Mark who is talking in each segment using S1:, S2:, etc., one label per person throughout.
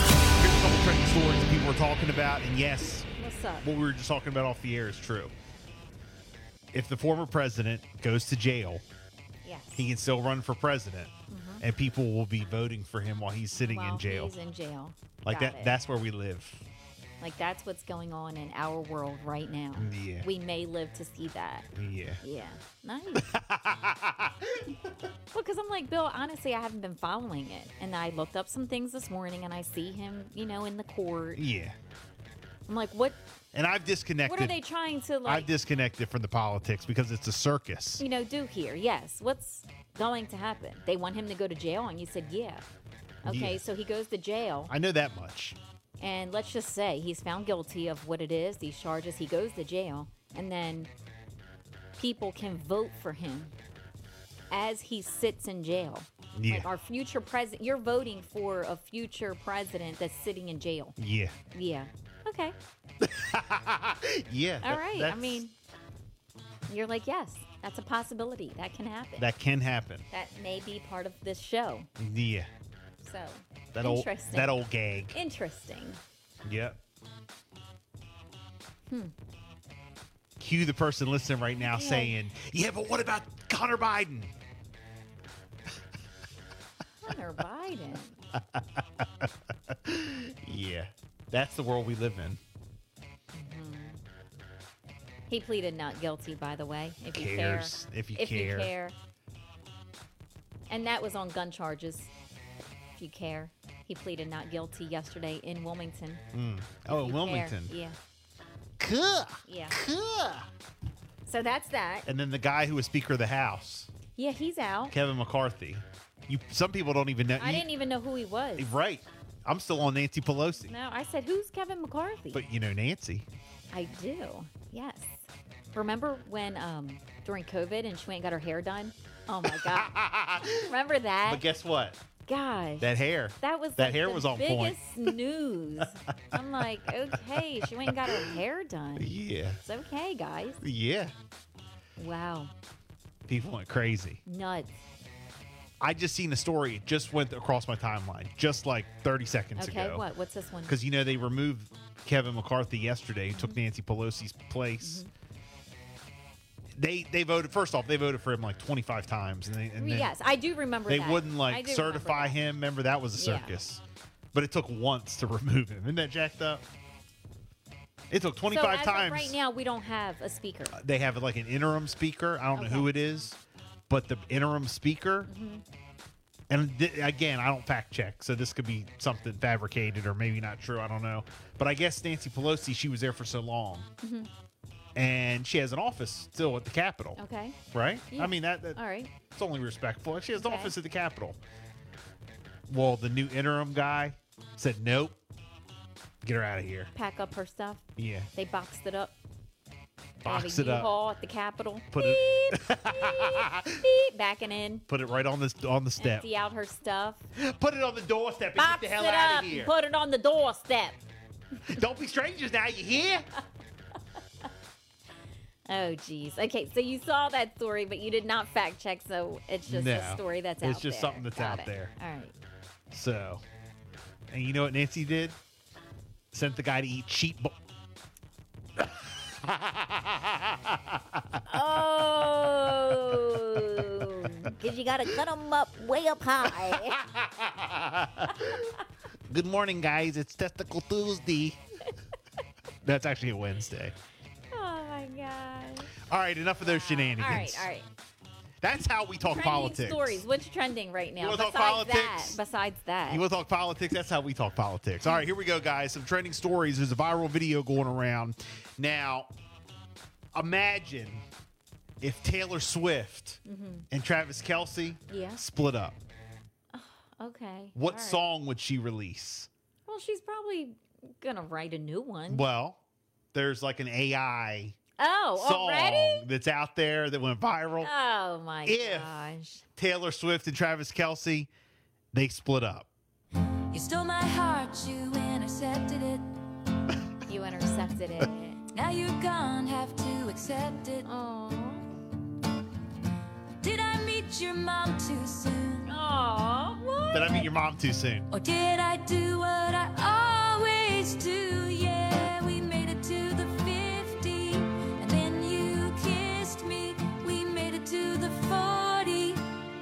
S1: Here's a couple trending stories that people were talking about, and yes,
S2: What's up?
S1: what we were just talking about off the air is true. If the former president goes to jail,
S2: Yes.
S1: he can still run for president, and people will be voting for him while he's sitting in jail.
S2: Mm-hmm. He's in jail.
S1: like
S2: Got
S1: that,
S2: it.
S1: that's where we live.
S2: Like that's what's going on in our world right now.
S1: Yeah.
S2: We may live to see that.
S1: Yeah.
S2: Yeah. Nice. well, because I'm like, Bill, honestly, I haven't been following it. And I looked up some things this morning and I see him, you know, in the court.
S1: Yeah.
S2: I'm like, what
S1: And I've disconnected.
S2: what are they trying to like
S1: I've disconnected from the politics because it's a circus.
S2: you know, do here? Yes. What's going to happen? They want him to go to jail and you said yeah. Okay,
S1: Yeah.
S2: so he goes to jail
S1: I know that much.
S2: and let's just say he's found guilty of what it is, these charges, he goes to jail, and then people can vote for him as he sits in jail.
S1: Yeah.
S2: Like our future president, you're voting for a future president that's sitting in jail.
S1: Yeah.
S2: Yeah. Okay.
S1: Yeah.
S2: All
S1: that-
S2: right. I
S1: that's-
S2: mean, you're like, yes, that's a possibility. That can happen.
S1: that can happen.
S2: that may be part of this show.
S1: Yeah.
S2: So
S1: That old,
S2: interesting.
S1: that old gag.
S2: interesting.
S1: Yep.
S2: Hmm.
S1: Cue the person listening right now
S2: Yeah.
S1: saying, "Yeah, but what about Connor Biden?"
S2: Hunter Biden.
S1: Yeah, that's the world we live in.
S2: Mm-hmm. He pleaded not guilty, by the way. If you care.
S1: Cares if you
S2: if
S1: care.
S2: you care. And that was on gun charges. If you care. He pleaded not guilty yesterday in Wilmington.
S1: Oh,
S2: If
S1: in
S2: you care.
S1: Wilmington.
S2: Yeah.
S1: Cuh,
S2: Yeah.
S1: cuh.
S2: So that's that.
S1: And then the guy who was Speaker of the House,
S2: Yeah, he's out.
S1: Kevin McCarthy. You, some people don't even know.
S2: I
S1: you-
S2: didn't even know who he was.
S1: Right. I'm still on Nancy Pelosi,
S2: No, I said, who's Kevin McCarthy?
S1: but you know Nancy.
S2: I do. Yes. Remember when um during COVID and she went and got her hair done? Oh my god. Remember that?
S1: But guess what?
S2: Gosh.
S1: That hair.
S2: that was
S1: that
S2: like,
S1: hair
S2: the
S1: was on
S2: biggest
S1: point.
S2: news. I'm like, okay, she went and got her hair done.
S1: Yeah.
S2: It's okay, guys.
S1: Yeah.
S2: Wow,
S1: People went crazy.
S2: nuts.
S1: I just seen a story. It just went across my timeline just like 30 seconds
S2: Okay,
S1: ago.
S2: what? What's this one?
S1: Because, you know, they removed Kevin McCarthy yesterday, who took Nancy Pelosi's place.
S2: Mm-hmm.
S1: They they voted, first off, they voted for him like 25 times. And, they, and then
S2: yes, I do remember.
S1: they
S2: that.
S1: wouldn't
S2: I
S1: like
S2: do
S1: certify
S2: remember that.
S1: him. Remember, that was a
S2: Yeah.
S1: circus. But it took once to remove him. Isn't that jacked up? It took 25
S2: so as of
S1: times. Uh,
S2: right now, we don't have a speaker.
S1: they have like an interim speaker. I don't
S2: Okay. Mm-hmm.
S1: know who it is, but the interim speaker. And th- again, I don't fact check, so this could be something fabricated or maybe not true. I don't know, but I guess Nancy Pelosi, she was there for so long,
S2: Mm-hmm.
S1: and she has an office still at the Capitol,
S2: Okay.
S1: right?
S2: Yeah.
S1: I mean that, that
S2: All right.
S1: it's only respectful. She has an
S2: Okay.
S1: office at the Capitol. Well, the new interim guy said, "Nope, get her out of here."
S2: Pack up her stuff.
S1: Yeah,
S2: They boxed it up. They have
S1: box
S2: a
S1: it up,
S2: U-Haul at the Capitol.
S1: put it,
S2: Beep, beep, backing in.
S1: put it right on this on the step.
S2: Empty out her stuff.
S1: Put it on the doorstep and
S2: Box
S1: get
S2: it
S1: the hell out
S2: up.
S1: of here.
S2: And put it on the doorstep.
S1: Don't be strangers now, you hear?
S2: Oh, geez. Okay, so you saw that story, but you did not fact check, so it's just a
S1: No.
S2: story that's out
S1: It's
S2: there.
S1: just something that's
S2: Got
S1: out
S2: it.
S1: there.
S2: All right.
S1: So, and you know what Nancy did? Sent the guy to eat sheep. Bo-
S2: Oh, because you got to cut them up way up high.
S1: Good morning, guys. It's Testicle Tuesday. That's actually a Wednesday.
S2: oh, my God.
S1: All right, enough of those shenanigans.
S2: All right, all right.
S1: That's how we talk
S2: Trending
S1: politics.
S2: stories. What's trending right now?
S1: wanna talk
S2: besides
S1: politics?
S2: that, besides that.
S1: You want to talk politics? That's how we talk politics. All right, here we go, guys. Some trending stories. There's a viral video going around. Now, imagine if Taylor Swift and Travis Kelsey
S2: Mm-hmm. Yeah.
S1: split up.
S2: okay.
S1: What
S2: all right.
S1: song would she release?
S2: Well, she's probably gonna write a new one.
S1: Well, there's like an AI
S2: Oh,
S1: song
S2: already?
S1: that's out there that went viral.
S2: Oh my
S1: If-
S2: gosh.
S1: Taylor Swift and Travis Kelsey, they split up.
S3: You stole my heart, you intercepted it.
S2: You intercepted it.
S3: Now you're gone, have to accept it.
S2: Aw.
S3: Did I meet your mom too soon?
S2: Aw, what?
S1: Did I meet your mom too soon?
S3: Or did I do what I always do? Yeah, we made it to the 50. And then you kissed me. We made it to the 40.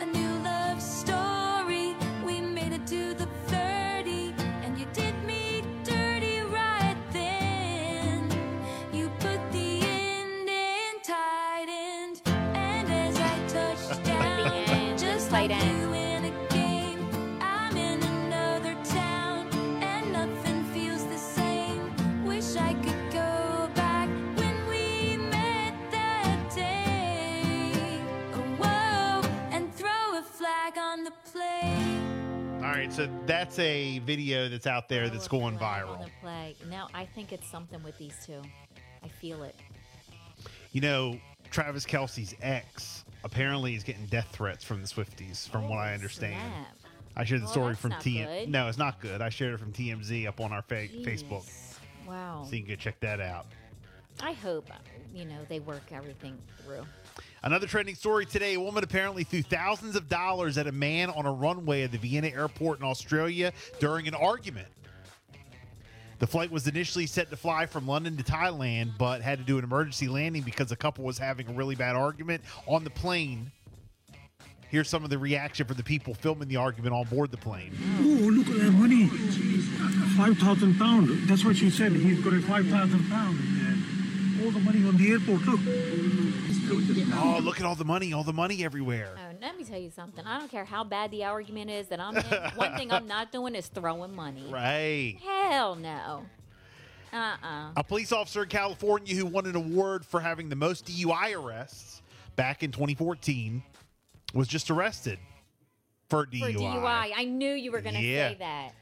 S3: A new love story. We made it to the 30. And you did me dirty right then. You put the end in tight end. And as I touched down,
S2: end,
S3: just
S2: tight
S3: like
S2: end.
S3: you in a game. I'm in another town, and nothing feels the same. Wish I could go back when we met that day. Oh, whoa, and throw a flag on the play.
S1: All right, so that's a video that's out there that's
S2: Throw a
S1: going
S2: flag on
S1: viral.
S2: the play. No, I think it's something with these two. I feel it.
S1: You know, Travis Kelsey's ex apparently is getting death threats from the Swifties, from what I
S2: Holy
S1: understand.
S2: Oh, snap.
S1: I shared the
S2: Well,
S1: story
S2: that's
S1: from
S2: not
S1: TMZ.
S2: good.
S1: No, it's not good. I shared it from TMZ up on our fa- Facebook,
S2: Jeez. Wow.
S1: so you can go check that out.
S2: I hope you know they work everything through.
S1: Another trending story today: a woman apparently threw thousands of dollars at a man on a runway at the Vienna airport in Australia during an argument. The flight was initially set to fly from London to Thailand, but had to do an emergency landing because a couple was having a really bad argument on the plane. Here's some of the reaction from the people filming the argument on board the plane.
S4: Oh, look at that money. 5,000 pounds. That's what she said. He's got a 5,000 pounds. All the money on the airport. Look.
S1: Oh, look at all the money, all the money everywhere.
S2: Oh, let me tell you something. I don't care how bad the argument is that I'm in. One thing I'm not doing is throwing money.
S1: Right.
S2: Hell no. Uh-uh.
S1: A police officer in California who won an award for having the most DUI arrests back in 2014 was just arrested for
S2: For
S1: DUI.
S2: DUI, I knew you were going to
S1: Yeah.
S2: say that.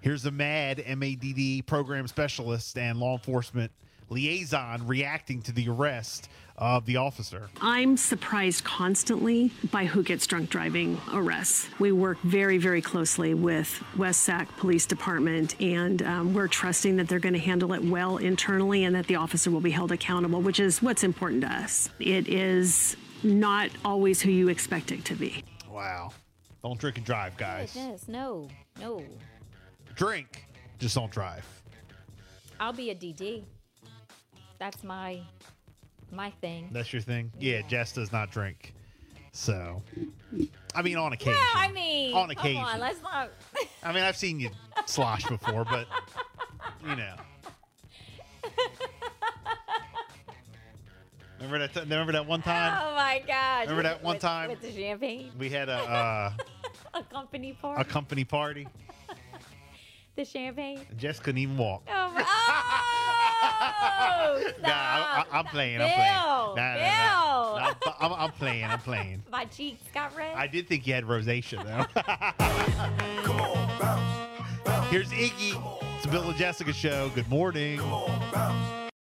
S1: Here's a MAD, MADD program specialist and law enforcement liaison reacting to the arrest of the officer.
S5: I'm surprised constantly by who gets drunk driving arrests. We work very, very closely with West Sac Police Department, and um, we're trusting that they're going to handle it well internally and that the officer will be held accountable, which is what's important to us. It is not always who you expect it to be.
S1: Wow. Don't drink and drive, guys.
S2: Yes, no, no.
S1: Drink, just don't drive.
S2: I'll be a DD. That's my my thing.
S1: That's your thing? Yeah, Jess does not drink. So, I mean, on occasion.
S2: No, I mean,
S1: on
S2: come
S1: occasion.
S2: on, let's not.
S1: I mean, I've seen you slosh before, but you know. Remember that? T- remember that one time
S2: Oh my gosh!
S1: Remember that one
S2: With-
S1: time?
S2: with the champagne,
S1: we had a uh,
S2: a company party,
S1: a company party.
S2: the champagne.
S1: Jess couldn't even walk.
S2: Oh, my- oh
S1: Nah, I, I,
S2: stop.
S1: I'm playing. I'm playing.
S2: Bill,
S1: Nah, nah,
S2: Bill.
S1: nah. Nah, I'm, I'm- I'm playing. I'm playing.
S2: My cheeks got red.
S1: I did think you had rosacea though. Here's Iggy. It's the Bill and Jessica show. Good morning.
S6: bounce,